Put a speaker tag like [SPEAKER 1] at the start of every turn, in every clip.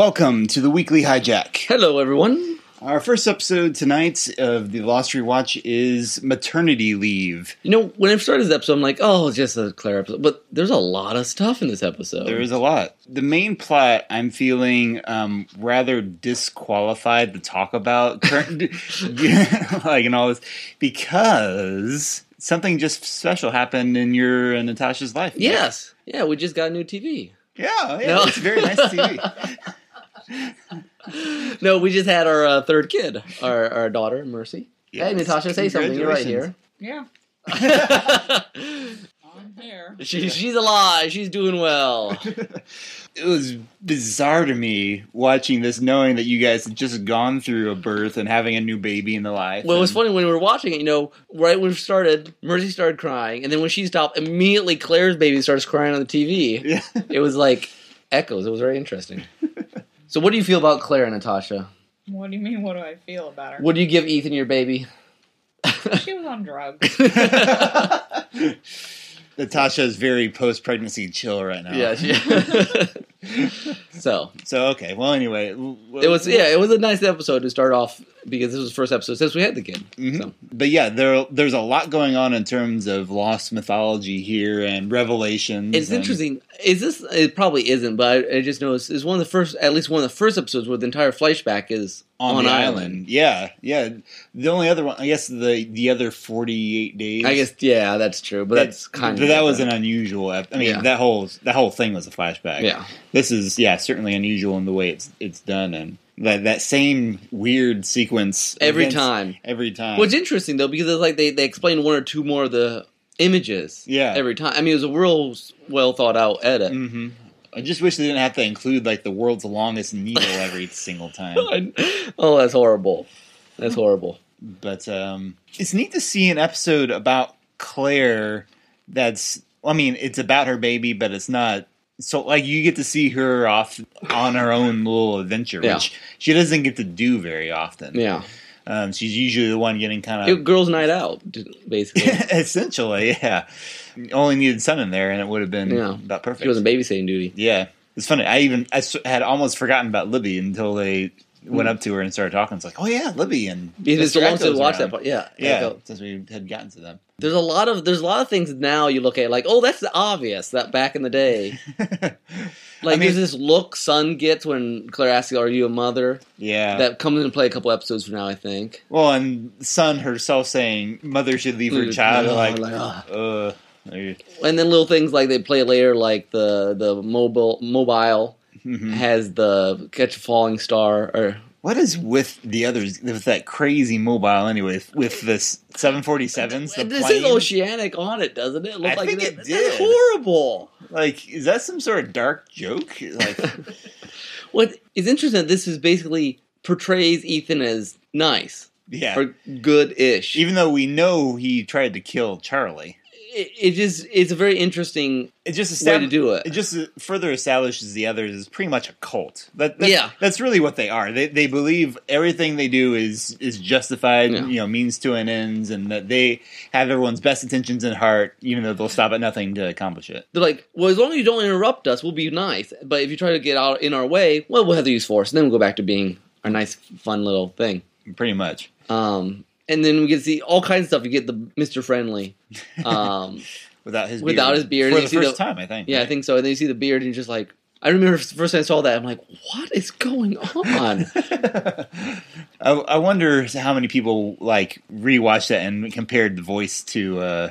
[SPEAKER 1] Welcome to the weekly hijack.
[SPEAKER 2] Hello, everyone.
[SPEAKER 1] Our first episode tonight of the Lost Rewatch is maternity leave.
[SPEAKER 2] You know, when I started this episode, I'm like, oh, it's just a Claire episode. But there's a lot of stuff in this episode.
[SPEAKER 1] There is a lot. The main plot I'm feeling um, rather disqualified to talk about, current, like and all this, because something just special happened in your and Natasha's life.
[SPEAKER 2] yes. Yeah, we just got a new TV.
[SPEAKER 1] Yeah, yeah,
[SPEAKER 2] No.
[SPEAKER 1] it's very nice TV.
[SPEAKER 2] No, we just had our uh, third kid, our, our daughter, Mercy.
[SPEAKER 1] Yes.
[SPEAKER 2] Hey, Natasha, say something. You're right here.
[SPEAKER 3] Yeah, I'm there.
[SPEAKER 2] she, she's alive. She's doing well.
[SPEAKER 1] it was bizarre to me watching this, knowing that you guys had just gone through a birth and having a new baby in the life.
[SPEAKER 2] Well, it was
[SPEAKER 1] and-
[SPEAKER 2] funny when we were watching it. You know, right when we started, Mercy started crying, and then when she stopped, immediately Claire's baby starts crying on the TV.
[SPEAKER 1] Yeah.
[SPEAKER 2] It was like echoes. It was very interesting. so, what do you feel about Claire, Natasha?
[SPEAKER 3] What do you mean? What do I feel about her?
[SPEAKER 2] What do you give Ethan your baby?
[SPEAKER 3] She was on drugs.
[SPEAKER 1] Natasha is very post pregnancy chill right now.
[SPEAKER 2] Yeah. She, so
[SPEAKER 1] So okay. Well, anyway, w- w-
[SPEAKER 2] it was yeah, it was a nice episode to start off because this was the first episode since we had the kid.
[SPEAKER 1] Mhm.
[SPEAKER 2] So
[SPEAKER 1] But yeah, there there's a lot going on in terms of lost mythology here and revelations.
[SPEAKER 2] it's
[SPEAKER 1] and-
[SPEAKER 2] interesting. Is this? It probably isn't, but I, I just noticed it's one of the first, at least one of the first episodes where the entire flashback is
[SPEAKER 1] on, the
[SPEAKER 2] island.
[SPEAKER 1] island. Yeah, yeah. The only other one, I guess, the the other forty eight days.
[SPEAKER 2] I guess yeah, that's true, but
[SPEAKER 1] that-
[SPEAKER 2] that's kind
[SPEAKER 1] but
[SPEAKER 2] of
[SPEAKER 1] that was an unusual. ep- I mean,
[SPEAKER 2] Yeah.
[SPEAKER 1] that whole that whole thing was a flashback.
[SPEAKER 2] yeah.
[SPEAKER 1] this is yeah certainly unusual in the way it's it's done and that that same weird sequence
[SPEAKER 2] Every
[SPEAKER 1] events Uh-huh.
[SPEAKER 2] time.
[SPEAKER 1] every time.
[SPEAKER 2] What's interesting though, because it's like they they explain one or two more of the images.
[SPEAKER 1] Yeah.
[SPEAKER 2] Every time, I mean, it was a real well thought out edit.
[SPEAKER 1] hmm I just wish they didn't have to include like the world's longest needle every single time.
[SPEAKER 2] oh, that's horrible. That's horrible.
[SPEAKER 1] But um, it's neat to see an episode about Claire. That's I mean, it's about her baby, but it's not. So like you get to see her off on her own little adventure,
[SPEAKER 2] Yeah.
[SPEAKER 1] which she doesn't get to do very often.
[SPEAKER 2] Yeah,
[SPEAKER 1] Um, she's usually the one getting kind of
[SPEAKER 2] It- girls' night out, basically.
[SPEAKER 1] Essentially, yeah. Only needed sun in there, and it would have been
[SPEAKER 2] Yeah.
[SPEAKER 1] about perfect.
[SPEAKER 2] she was on babysitting duty.
[SPEAKER 1] yeah, it's funny. I even I s- had almost forgotten about Libby until they went
[SPEAKER 2] Hmm.
[SPEAKER 1] up to her and started talking. It's like, oh yeah, Libby and
[SPEAKER 2] It's
[SPEAKER 1] Mr.
[SPEAKER 2] so long
[SPEAKER 1] Echo's
[SPEAKER 2] to watch
[SPEAKER 1] around.
[SPEAKER 2] that part. Yeah,
[SPEAKER 1] Yeah,
[SPEAKER 2] Echo.
[SPEAKER 1] since we had gotten to them.
[SPEAKER 2] There's a lot of there's a lot of things now you look at like oh that's obvious that back in the day
[SPEAKER 1] mean-
[SPEAKER 2] like there's this look son gets when Claire asks are you a mother
[SPEAKER 1] yeah.
[SPEAKER 2] that comes into play a couple episodes from now I think
[SPEAKER 1] well, and Sun herself saying mother should leave her
[SPEAKER 2] Leave-
[SPEAKER 1] child.
[SPEAKER 2] Oh,
[SPEAKER 1] like,
[SPEAKER 2] like,
[SPEAKER 1] uh, like,
[SPEAKER 2] and then little things like they play later, like the the mobile mobile
[SPEAKER 1] mhm.
[SPEAKER 2] has the catch a falling star, or
[SPEAKER 1] what is with the others with that crazy mobile anyway? With this 747s, the
[SPEAKER 2] this
[SPEAKER 1] plane?
[SPEAKER 2] is oceanic on it, doesn't it? it
[SPEAKER 1] I
[SPEAKER 2] looked like
[SPEAKER 1] think it
[SPEAKER 2] That's
[SPEAKER 1] did.
[SPEAKER 2] horrible.
[SPEAKER 1] like, is that some sort of dark joke? Like,
[SPEAKER 2] What is interesting? This is basically portrays Ethan as nice
[SPEAKER 1] yeah,
[SPEAKER 2] or good ish. It,
[SPEAKER 1] even though we know he tried to kill Charlie.
[SPEAKER 2] it just it's a very interesting
[SPEAKER 1] It just
[SPEAKER 2] way
[SPEAKER 1] estab-
[SPEAKER 2] to do it.
[SPEAKER 1] It just uh, further establishes the others as pretty much a cult. That, that's,
[SPEAKER 2] Yeah.
[SPEAKER 1] that's really what they are. They they believe everything they do is is justified,
[SPEAKER 2] Yeah.
[SPEAKER 1] you know, means to an ends, and that they have everyone's best intentions in heart, even though they'll stop at nothing to accomplish it.
[SPEAKER 2] They're like, well, as long as you don't interrupt us, we'll be nice. But if you try to get out in our way, well, we'll have to use force, and then we'll go back to being our nice, fun little thing.
[SPEAKER 1] Pretty much.
[SPEAKER 2] Um, and then we get to see all kinds of stuff. You get the Mr. Friendly. Um,
[SPEAKER 1] Without his
[SPEAKER 2] Without
[SPEAKER 1] beard.
[SPEAKER 2] his beard,
[SPEAKER 1] for
[SPEAKER 2] you
[SPEAKER 1] the
[SPEAKER 2] see
[SPEAKER 1] first
[SPEAKER 2] the-
[SPEAKER 1] time, I think.
[SPEAKER 2] yeah, I think so. And then you see the beard, and you're just like, I remember the first time I saw that, I'm like, what is going on?
[SPEAKER 1] I, I wonder how many people like rewatched that and compared the voice to uh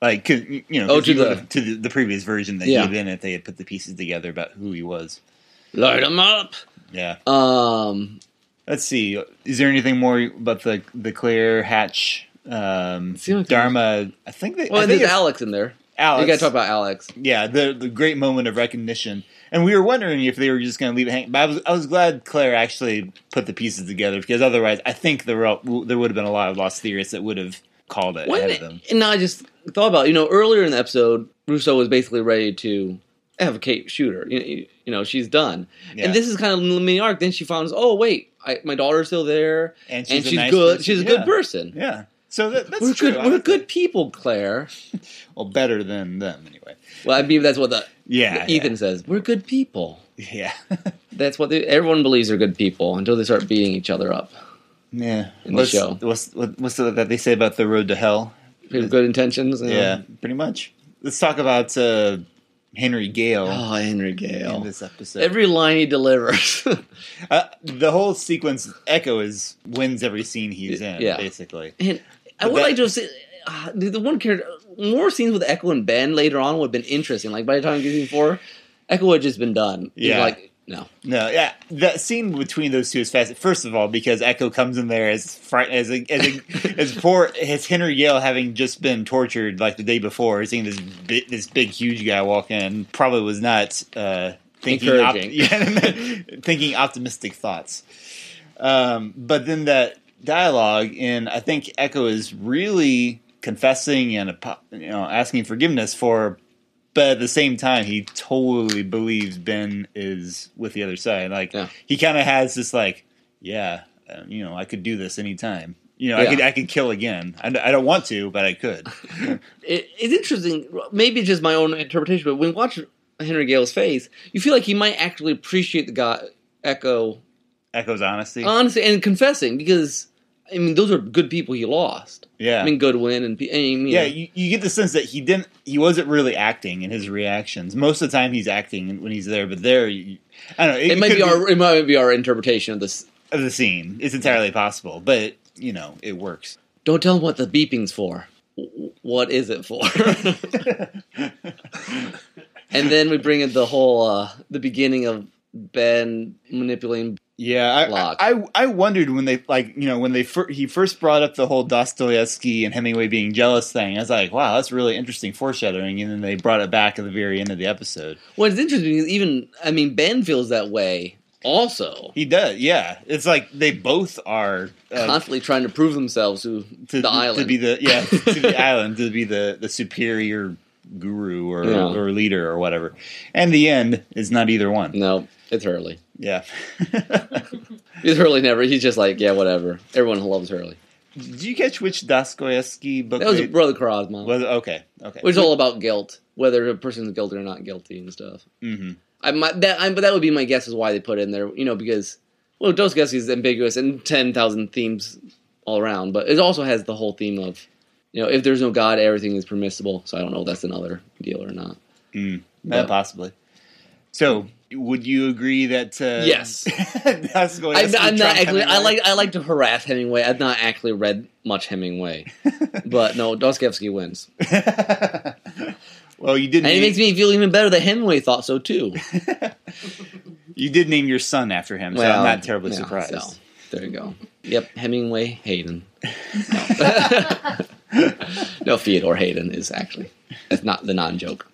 [SPEAKER 1] like 'cause, you know 'cause
[SPEAKER 2] Oh, to
[SPEAKER 1] you
[SPEAKER 2] the-
[SPEAKER 1] look- to the, the previous version that
[SPEAKER 2] Yeah.
[SPEAKER 1] he had been if they had put the pieces together about who he was.
[SPEAKER 2] Light 'em up.
[SPEAKER 1] Yeah.
[SPEAKER 2] Um,
[SPEAKER 1] Let's see. Is there anything more about the the Claire Hatch um
[SPEAKER 2] See what-
[SPEAKER 1] Dharma? I think they
[SPEAKER 2] well,
[SPEAKER 1] I
[SPEAKER 2] and
[SPEAKER 1] think
[SPEAKER 2] there's
[SPEAKER 1] it's
[SPEAKER 2] Alex in there.
[SPEAKER 1] Alex.
[SPEAKER 2] You got to talk about Alex.
[SPEAKER 1] yeah, the the great moment of recognition. And we were wondering if they were just going to leave it hanging. But I was, I was glad Claire actually put the pieces together because otherwise, I think there were, there would have been a lot of lost theorists that would have called it
[SPEAKER 2] When,
[SPEAKER 1] ahead of them.
[SPEAKER 2] and now I just thought about, you know, earlier in the episode, Russo was basically ready to have a Kate shooter. You, you, you know, she's done.
[SPEAKER 1] Yeah.
[SPEAKER 2] And this is kind of the mini arc. Then she finds, oh, wait, I, my daughter's still there.
[SPEAKER 1] And she's
[SPEAKER 2] and
[SPEAKER 1] a
[SPEAKER 2] she's
[SPEAKER 1] nice
[SPEAKER 2] good.
[SPEAKER 1] person.
[SPEAKER 2] She's a
[SPEAKER 1] Yeah.
[SPEAKER 2] good person.
[SPEAKER 1] Yeah. So that, that's
[SPEAKER 2] we're
[SPEAKER 1] true.
[SPEAKER 2] good.
[SPEAKER 1] I
[SPEAKER 2] We're
[SPEAKER 1] like
[SPEAKER 2] good
[SPEAKER 1] that.
[SPEAKER 2] people, Claire.
[SPEAKER 1] Well, better than them anyway.
[SPEAKER 2] Well, I mean that's what the
[SPEAKER 1] Yeah. yeah.
[SPEAKER 2] Ethan says. We're good people.
[SPEAKER 1] Yeah.
[SPEAKER 2] That's what they, everyone believes are good people until they start beating each other up.
[SPEAKER 1] yeah.
[SPEAKER 2] In the
[SPEAKER 1] what's,
[SPEAKER 2] show.
[SPEAKER 1] What's, what- what's the, that they say about the road to hell?
[SPEAKER 2] They have good intentions. you know.
[SPEAKER 1] Yeah, pretty much. Let's talk about uh, Henry Gale
[SPEAKER 2] Oh, Henry
[SPEAKER 1] in
[SPEAKER 2] Gale.
[SPEAKER 1] this episode.
[SPEAKER 2] Every line he delivers.
[SPEAKER 1] Uh, the whole sequence echo is wins every scene he's in
[SPEAKER 2] Yeah.
[SPEAKER 1] basically
[SPEAKER 2] and I
[SPEAKER 1] But
[SPEAKER 2] would
[SPEAKER 1] that-
[SPEAKER 2] like to see uh, the the one character more scenes with Echo and Ben later on would have been interesting. Like by the time season four, Echo would have just been done. He's
[SPEAKER 1] Yeah.
[SPEAKER 2] like no.
[SPEAKER 1] no yeah that scene between those two is fast first of all because echo comes in there as fri- as a, as, a, as poor as henry yale having just been tortured like the day before seeing this bi- this big huge guy walk in probably was not uh thinking op-
[SPEAKER 2] Encouraging.
[SPEAKER 1] yeah, thinking optimistic thoughts um but then that dialogue and i think echo is really confessing and apo- you know asking forgiveness for but at the same time, he totally believes Ben is with the other side. Like
[SPEAKER 2] Yeah.
[SPEAKER 1] he kind of has this like, yeah, uh, you know, I could do this anytime. You know, I
[SPEAKER 2] Yeah.
[SPEAKER 1] could I could kill again. I, I don't want to, but I could.
[SPEAKER 2] It, it's interesting. Maybe it's just my own interpretation, but when you watch Henry Gale's face, you feel like he might actually appreciate the guy Echo
[SPEAKER 1] Echo's honesty.
[SPEAKER 2] honestly and confessing because I mean those are good people he lost.
[SPEAKER 1] yeah.
[SPEAKER 2] I mean Goodwin and P- I mean,
[SPEAKER 1] yeah, you, you get the sense that he didn't. He wasn't really acting in his reactions. Most of the time, he's acting when he's there. But there, you, I don't know.
[SPEAKER 2] it might
[SPEAKER 1] could
[SPEAKER 2] be our it might be our interpretation of this.
[SPEAKER 1] of the scene. It's entirely possible, but you know, it works.
[SPEAKER 2] Don't tell him what the beeping's for. W- What is it for? and then we bring in the whole uh, the beginning of Ben manipulating.
[SPEAKER 1] Yeah, I,
[SPEAKER 2] Log.
[SPEAKER 1] I I- I wondered when they like you know when they fir- he first brought up the whole Dostoevsky and Hemingway being jealous thing. I was like, wow, that's really interesting foreshadowing. And then they brought it back at the very end of the episode.
[SPEAKER 2] What's interesting is even I mean Ben feels that way also.
[SPEAKER 1] He does, yeah. It's like they both are uh,
[SPEAKER 2] Constantly trying to prove themselves to,
[SPEAKER 1] to,
[SPEAKER 2] the island.
[SPEAKER 1] to be the yeah to the island to be the the superior guru or
[SPEAKER 2] Yeah.
[SPEAKER 1] or leader or whatever. And the end is not either one.
[SPEAKER 2] no, it's Hurley.
[SPEAKER 1] Yeah.
[SPEAKER 2] It's Hurley never. He's just like, yeah, whatever. Everyone loves Hurley.
[SPEAKER 1] Did you catch which Dostoevsky book?
[SPEAKER 2] That was
[SPEAKER 1] they-
[SPEAKER 2] Brother Crosmo.
[SPEAKER 1] was- okay, okay.
[SPEAKER 2] Which is all about guilt, whether a person's guilty or not guilty and stuff.
[SPEAKER 1] hmm
[SPEAKER 2] I might that I, but that would be my guess is why they put it in there, you know, because well, Dos Guess is ambiguous and ten thousand themes all around, but it also has the whole theme of you know, if there's no God, everything is permissible. So I don't know if that's another deal or not.
[SPEAKER 1] Yeah,
[SPEAKER 2] But-
[SPEAKER 1] possibly. So, would you agree that? Uh,
[SPEAKER 2] Yes.
[SPEAKER 1] that's going.
[SPEAKER 2] I, I'm not actually. I like.
[SPEAKER 1] Hemingway?
[SPEAKER 2] I like to harass Hemingway. I've not actually read much Hemingway, but no, Dostoevsky wins,
[SPEAKER 1] well, you did.
[SPEAKER 2] and it
[SPEAKER 1] Name,
[SPEAKER 2] makes me feel even better that Hemingway thought so too.
[SPEAKER 1] you did name your son after him, so I'm not terribly
[SPEAKER 2] yeah,
[SPEAKER 1] surprised.
[SPEAKER 2] so, there you go. Yep, Hemingway Hayden. No, Theodore Hayden is actually that's not the non-joke.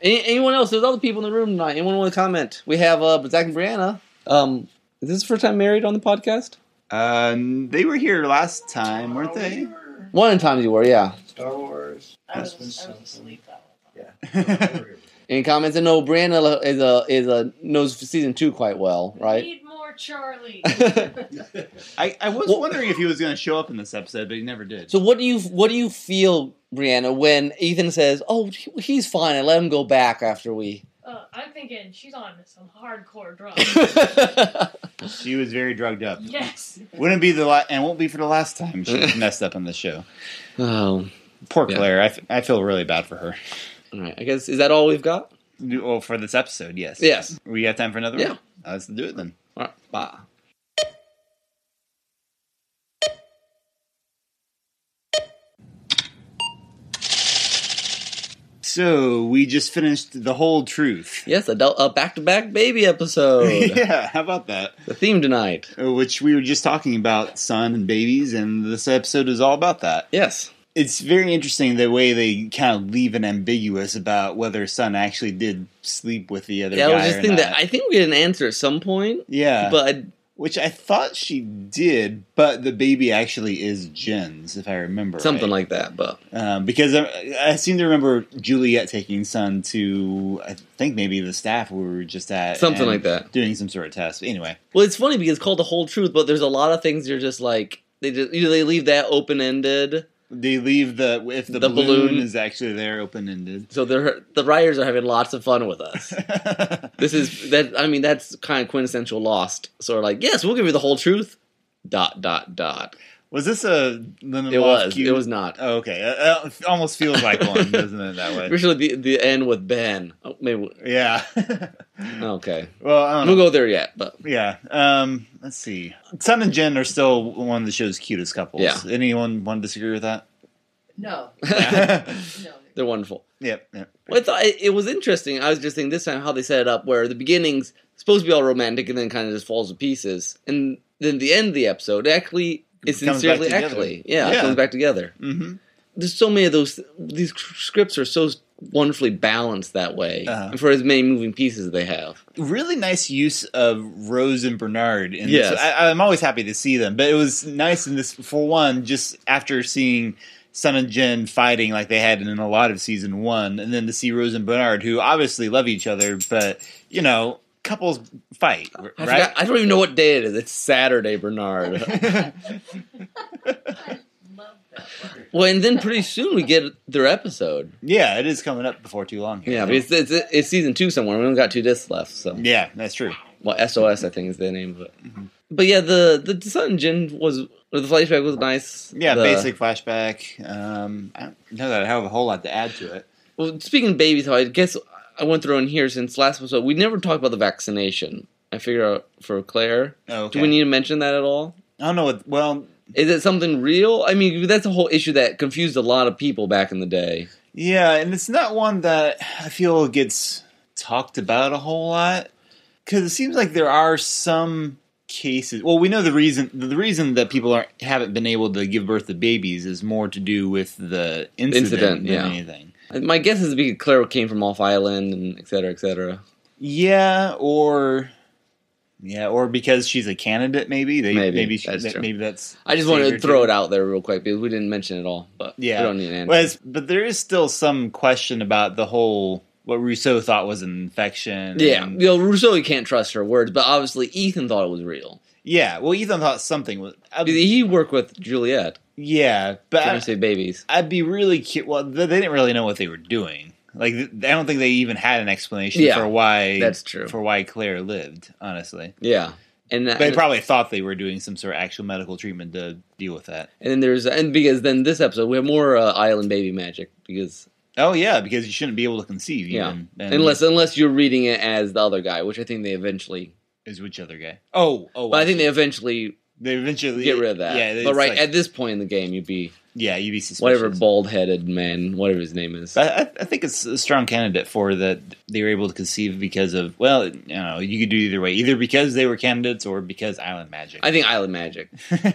[SPEAKER 2] Any, anyone else? There's other people in the room tonight. Anyone want to comment? We have uh, Zach and Brianna. Um, is this the first time married on the podcast?
[SPEAKER 1] um, they were here last time, weren't they?
[SPEAKER 2] One time you were, yeah.
[SPEAKER 4] Star Wars.
[SPEAKER 3] I was,
[SPEAKER 4] Christmas
[SPEAKER 3] I was
[SPEAKER 4] something.
[SPEAKER 3] asleep that
[SPEAKER 2] Any comments? I know Brianna is a is a knows season two quite well,
[SPEAKER 5] I
[SPEAKER 2] right?
[SPEAKER 5] Need more Charlie.
[SPEAKER 1] I, I was
[SPEAKER 2] Well-
[SPEAKER 1] wondering if he was going to show up in this episode, but he never did.
[SPEAKER 2] So what do you what do you feel, Brianna, when Ethan says, "Oh, he- he's fine. I let him go back after we."
[SPEAKER 5] Uh, I'm thinking she's on some hardcore drugs.
[SPEAKER 2] yeah,
[SPEAKER 1] She was very drugged up.
[SPEAKER 5] yes.
[SPEAKER 1] Wouldn't be the la- and won't be for the last time she messed up on the show.
[SPEAKER 2] Oh,
[SPEAKER 1] Poor
[SPEAKER 2] Yeah.
[SPEAKER 1] Claire. I, f- I feel really bad for her.
[SPEAKER 2] all right. I guess is that all we've got?
[SPEAKER 1] Well, for this episode, yes.
[SPEAKER 2] Yes.
[SPEAKER 1] We got time for another
[SPEAKER 2] Yeah.
[SPEAKER 1] one? Uh, Let's do it then.
[SPEAKER 2] All right. Bye.
[SPEAKER 1] So we just finished the whole truth.
[SPEAKER 2] Yes, a, del- a back-to-back baby episode.
[SPEAKER 1] yeah, how about that?
[SPEAKER 2] The theme tonight.
[SPEAKER 1] Uh, Which we were just talking about son and babies, and this episode is all about that.
[SPEAKER 2] Yes.
[SPEAKER 1] It's very interesting the way they kind of leave it ambiguous about whether son actually did sleep with the other
[SPEAKER 2] Yeah,
[SPEAKER 1] guy.
[SPEAKER 2] I was just
[SPEAKER 1] or
[SPEAKER 2] thinking that
[SPEAKER 1] not.
[SPEAKER 2] I think we had an answer at some point,
[SPEAKER 1] yeah,
[SPEAKER 2] but I,
[SPEAKER 1] which I thought she did, but the baby actually is Jen's, if I remember
[SPEAKER 2] something
[SPEAKER 1] right.
[SPEAKER 2] like that. But
[SPEAKER 1] Um, because I, I seem to remember Juliet taking Sun to, I think maybe the staff we were just at.
[SPEAKER 2] Something
[SPEAKER 1] and
[SPEAKER 2] like that.
[SPEAKER 1] Doing some sort of test. But anyway,
[SPEAKER 2] well, it's funny because it's called the whole truth, but there's a lot of things you're just like they just you know, they leave that open ended.
[SPEAKER 1] They leave the if the,
[SPEAKER 2] The
[SPEAKER 1] balloon,
[SPEAKER 2] balloon-
[SPEAKER 1] is actually there, open ended.
[SPEAKER 2] So they're, the writers are having lots of fun with us. This is that. I mean, that's kind of quintessential Lost. Sort of like, yes, we'll give you the whole truth. Dot dot dot.
[SPEAKER 1] was this a Lindelof
[SPEAKER 2] It was.
[SPEAKER 1] cue?
[SPEAKER 2] It was not.
[SPEAKER 1] Oh, okay, Uh, uh, it almost feels like one, doesn't it? That way.
[SPEAKER 2] Especially the the end with Ben. Oh, maybe. we-
[SPEAKER 1] Yeah.
[SPEAKER 2] Okay,
[SPEAKER 1] well, I don't know.
[SPEAKER 2] we'll go there yet. But
[SPEAKER 1] Yeah. Um, let's see. Sun and Jen are still one of the show's cutest couples.
[SPEAKER 2] Yeah.
[SPEAKER 1] Anyone want to disagree with that?
[SPEAKER 5] No,
[SPEAKER 1] yeah.
[SPEAKER 5] no.
[SPEAKER 2] they're wonderful.
[SPEAKER 1] yeah.
[SPEAKER 2] Well, I thought it, it was interesting. I was just thinking this time how they set it up, where the beginning's supposed to be all romantic and then kind of just falls to pieces, and then the end of the episode actually is
[SPEAKER 1] Comes back
[SPEAKER 2] sincerely
[SPEAKER 1] together.
[SPEAKER 2] actually, yeah, it
[SPEAKER 1] Yeah.
[SPEAKER 2] comes back together.
[SPEAKER 1] hmm
[SPEAKER 2] There's so many of those. These scripts are so wonderfully balanced that way,
[SPEAKER 1] Uh-huh.
[SPEAKER 2] for as many moving pieces as they have.
[SPEAKER 1] Really nice use of Rose and Bernard. In
[SPEAKER 2] Yes.
[SPEAKER 1] this. I, I'm always happy to see them, but it was nice in this, for one, just after seeing Sun and Jen fighting like they had in a lot of season one, and then to see Rose and Bernard, who obviously love each other, but, you know, couples fight, r-
[SPEAKER 2] I,
[SPEAKER 1] right?
[SPEAKER 2] forgot, I don't even know what day it is. It's Saturday, Bernard.
[SPEAKER 5] I love that word.
[SPEAKER 2] well, and then pretty soon we get their episode.
[SPEAKER 1] yeah, it is coming up before too long. here.
[SPEAKER 2] Yeah, but it's, it's, it's season two somewhere. We only got two discs left, so
[SPEAKER 1] yeah, Mm-hmm. that's true.
[SPEAKER 2] well SOS I think is the name of it. But yeah, the the Sun Jin was or the flashback was nice.
[SPEAKER 1] Yeah,
[SPEAKER 2] The-
[SPEAKER 1] basic flashback. Um, I don't know that I have a whole lot to add to it.
[SPEAKER 2] Well, speaking of babies, though, I guess I went through in here since last episode. We never talked about the vaccination. I figure out for Claire.
[SPEAKER 1] Oh, okay.
[SPEAKER 2] Do we need to mention that at all?
[SPEAKER 1] I don't know. What, well,
[SPEAKER 2] Is it something real? I mean, that's a whole issue that confused a lot of people back in the day.
[SPEAKER 1] yeah, and it's not one that I feel gets talked about a whole lot because it seems like there are some cases. Well, we know the reason. The reason that people aren't haven't been able to give birth to babies is more to do with the incident,
[SPEAKER 2] Incident,
[SPEAKER 1] than
[SPEAKER 2] yeah.
[SPEAKER 1] anything.
[SPEAKER 2] My guess is because Claire came from off island and et cetera, et cetera.
[SPEAKER 1] Yeah, or. Yeah, or because she's a candidate, maybe they
[SPEAKER 2] Maybe,
[SPEAKER 1] maybe maybe that's,
[SPEAKER 2] that's true.
[SPEAKER 1] maybe that's
[SPEAKER 2] I just wanted to
[SPEAKER 1] safer,
[SPEAKER 2] throw
[SPEAKER 1] too.
[SPEAKER 2] it out there real quick because we didn't mention it all. But
[SPEAKER 1] Yeah.
[SPEAKER 2] we don't need an answer.
[SPEAKER 1] Well, it's- but there is still some question about the whole what Rousseau thought was an infection.
[SPEAKER 2] Yeah,
[SPEAKER 1] and-
[SPEAKER 2] you know, Rousseau you can't trust her words, but obviously Ethan thought it was real.
[SPEAKER 1] yeah. Well, Ethan thought something was. I,
[SPEAKER 2] He worked with Juliet
[SPEAKER 1] yeah, but
[SPEAKER 2] trying to
[SPEAKER 1] I,
[SPEAKER 2] save babies.
[SPEAKER 1] I'd be really cu Well, they they didn't really know what they were doing. Like th- I don't think they even had an explanation
[SPEAKER 2] Yeah,
[SPEAKER 1] for why
[SPEAKER 2] That's true.
[SPEAKER 1] for why Claire lived. Honestly,
[SPEAKER 2] Yeah, and
[SPEAKER 1] but they
[SPEAKER 2] and,
[SPEAKER 1] probably thought they were doing some sort of actual medical treatment to deal with that.
[SPEAKER 2] and then there's and because then this episode we have more uh, island baby magic because
[SPEAKER 1] Oh yeah, because you shouldn't be able to conceive.
[SPEAKER 2] Yeah.
[SPEAKER 1] even, and-
[SPEAKER 2] unless unless you're reading it as the other guy, which I think they eventually.
[SPEAKER 1] is which other guy? Oh oh,
[SPEAKER 2] But I think
[SPEAKER 1] see.
[SPEAKER 2] they eventually
[SPEAKER 1] they eventually
[SPEAKER 2] get rid of that.
[SPEAKER 1] Yeah,
[SPEAKER 2] but
[SPEAKER 1] it's
[SPEAKER 2] right
[SPEAKER 1] like-
[SPEAKER 2] at this point in the game, you'd be
[SPEAKER 1] yeah, you'd be suspicious.
[SPEAKER 2] whatever bald-headed man, whatever his name is.
[SPEAKER 1] But I, I think it's a strong candidate for that they were able to conceive because of well, you know, you could do either way, either because they were candidates or because island magic.
[SPEAKER 2] I think island magic.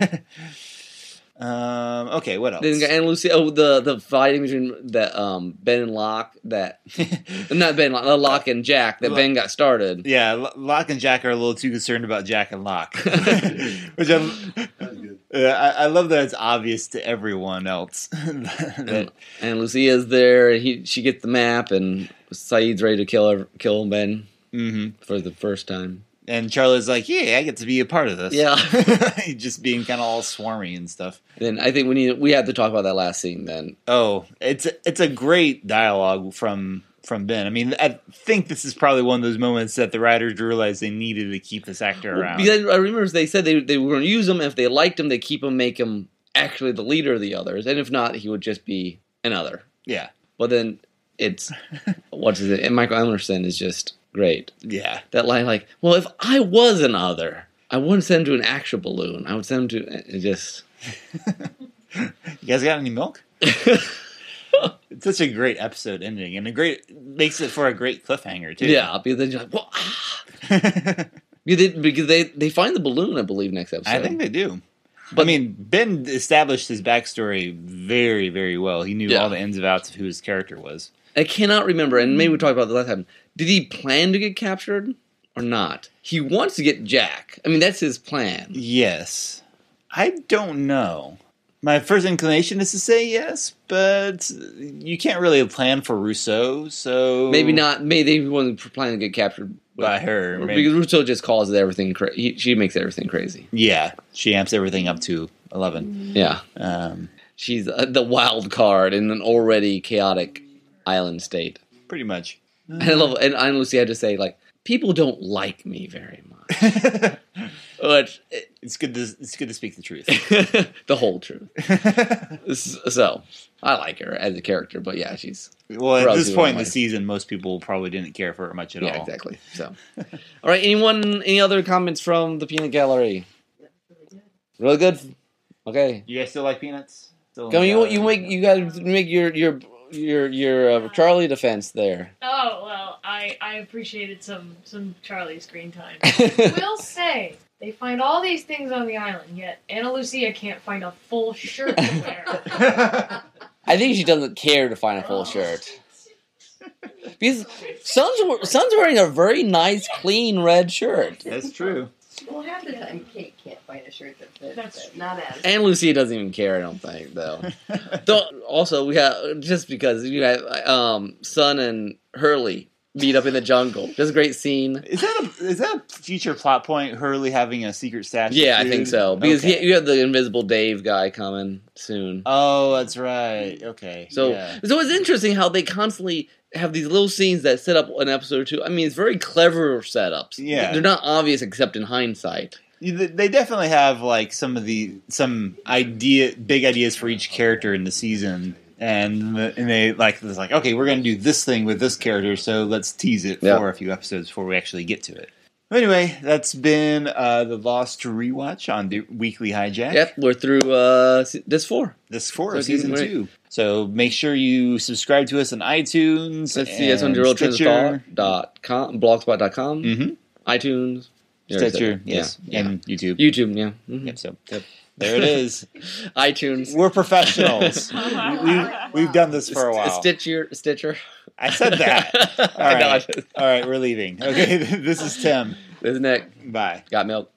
[SPEAKER 1] um, okay, what else?
[SPEAKER 2] Then and Lucy, oh the the fighting between that um Ben and Locke that not Ben Locke, uh, Locke and Jack that
[SPEAKER 1] Locke.
[SPEAKER 2] Ben got started.
[SPEAKER 1] yeah, L- Locke and Jack are a little too concerned about Jack and Locke, which I, uh, I I love that it's obvious to everyone else. that,
[SPEAKER 2] And, and Lucia's there, and he she gets the map, and Saeed's ready to kill her, kill Ben
[SPEAKER 1] Mhm.
[SPEAKER 2] for the first time.
[SPEAKER 1] And Charlie's like, "Yeah, I get to be a part of this."
[SPEAKER 2] Yeah.
[SPEAKER 1] just being kind of all swarmy and stuff.
[SPEAKER 2] Then I think we need we have to talk about that last scene. Then
[SPEAKER 1] Oh, it's it's a great dialogue from from Ben. I mean, I think this is probably one of those moments that the writers realized they needed to keep this actor around.
[SPEAKER 2] because I remember they said they they were going to use him if they liked him, they keep him, make him actually the leader of the others, and if not, he would just be another.
[SPEAKER 1] yeah,
[SPEAKER 2] But then it's what is it? And Michael Emerson is just great.
[SPEAKER 1] yeah,
[SPEAKER 2] that line like, well, if I was an other, I wouldn't send him to an actual balloon. I would send him to it just.
[SPEAKER 1] you guys got any milk? It's such a great episode ending, and a great makes it for a great cliffhanger too.
[SPEAKER 2] yeah, because then you're like, well, ah. You did- because they they find the balloon, I believe, next episode.
[SPEAKER 1] I think they do.
[SPEAKER 2] But-
[SPEAKER 1] I mean, Ben established his backstory very, very well. He knew
[SPEAKER 2] Yeah.
[SPEAKER 1] all the ins and outs of who his character was.
[SPEAKER 2] I cannot remember, and maybe we talked about it last time. Did he plan to get captured or not? He wants to get Jack. I mean, that's his plan.
[SPEAKER 1] Yes. I don't know. My first inclination is to say yes, but you can't really plan for Rousseau, so
[SPEAKER 2] Maybe not. Maybe he wasn't planning to get captured with-
[SPEAKER 1] by her.
[SPEAKER 2] because
[SPEAKER 1] Maybe.
[SPEAKER 2] Russo just calls everything crazy. She makes everything crazy.
[SPEAKER 1] Yeah, she amps everything up to eleven.
[SPEAKER 2] Yeah.
[SPEAKER 1] Um,
[SPEAKER 2] she's uh, the wild card in an already chaotic island state.
[SPEAKER 1] Pretty much.
[SPEAKER 2] And I love, and I honestly had to say, like, people don't like me very much, but
[SPEAKER 1] it's good to it's good to speak the truth.
[SPEAKER 2] the whole truth. S- So I like her as a character, but yeah, she's
[SPEAKER 1] well, at
[SPEAKER 2] Rubs
[SPEAKER 1] this
[SPEAKER 2] you
[SPEAKER 1] point in
[SPEAKER 2] wrong
[SPEAKER 1] the
[SPEAKER 2] way.
[SPEAKER 1] season, most people probably didn't care for her much at
[SPEAKER 2] yeah,
[SPEAKER 1] all.
[SPEAKER 2] exactly. So, all right. Anyone? Any other comments from the peanut gallery? Really good. Okay.
[SPEAKER 1] You guys still like peanuts? Still
[SPEAKER 2] Come, you you make you gotta make your your your your uh, Charlie defense there.
[SPEAKER 4] Oh well, I I appreciated some some Charlie screen time.
[SPEAKER 2] I
[SPEAKER 4] Will say they find all these things on the island, yet Anna Lucia can't find a full shirt to wear.
[SPEAKER 2] think she doesn't care to find a
[SPEAKER 4] Oh,
[SPEAKER 2] full shirt because Sun's Sun's wearing a very nice, clean red shirt,
[SPEAKER 1] That's true.
[SPEAKER 5] Well, half the time Kate can't find a shirt that fits,
[SPEAKER 4] That's
[SPEAKER 5] but not as.
[SPEAKER 2] and Lucia doesn't even care. I don't think though. Though- also, we have just because you have um, Sun and Hurley meet up in the jungle. That's a great scene.
[SPEAKER 1] Is that a is that a future plot point? Hurley having a secret stash? of
[SPEAKER 2] Yeah, I
[SPEAKER 1] food?
[SPEAKER 2] think so because
[SPEAKER 1] Okay.
[SPEAKER 2] he, you have the Invisible Dave guy coming soon.
[SPEAKER 1] Oh, that's right. Okay.
[SPEAKER 2] So,
[SPEAKER 1] yeah.
[SPEAKER 2] so it's interesting how they constantly have these little scenes that set up an episode or two. I mean, it's very clever setups.
[SPEAKER 1] Yeah.
[SPEAKER 2] they're not obvious except in hindsight.
[SPEAKER 1] You- th- they definitely have like some of the some idea big ideas for each character in the season. And, the- and they like it's like okay we're gonna do this thing with this character so let's tease it
[SPEAKER 2] Yeah.
[SPEAKER 1] for a few episodes before we actually get to it. Anyway, that's been uh, the Lost rewatch on the Weekly Hijack.
[SPEAKER 2] Yep, we're through uh se- this four.
[SPEAKER 1] this for
[SPEAKER 2] So
[SPEAKER 1] season
[SPEAKER 2] season
[SPEAKER 1] two. So make sure you subscribe to us on iTunes.
[SPEAKER 2] Let's see, that's on your old dot com, blogspot.com,
[SPEAKER 1] hmm
[SPEAKER 2] iTunes, there it is.
[SPEAKER 1] Stitcher, yes,
[SPEAKER 2] yeah, yeah.
[SPEAKER 1] and YouTube.
[SPEAKER 2] YouTube, yeah, mhm.
[SPEAKER 1] Yep, so
[SPEAKER 2] Yep.
[SPEAKER 1] there it is.
[SPEAKER 2] iTunes,
[SPEAKER 1] We're professionals. we, we've done this for a while.
[SPEAKER 2] Stitcher, Stitcher.
[SPEAKER 1] I said that.
[SPEAKER 2] I
[SPEAKER 1] All right.
[SPEAKER 2] got it.
[SPEAKER 1] All right, we're leaving. Okay, this is Tim.
[SPEAKER 2] This is Nick.
[SPEAKER 1] Bye.
[SPEAKER 2] Got milk.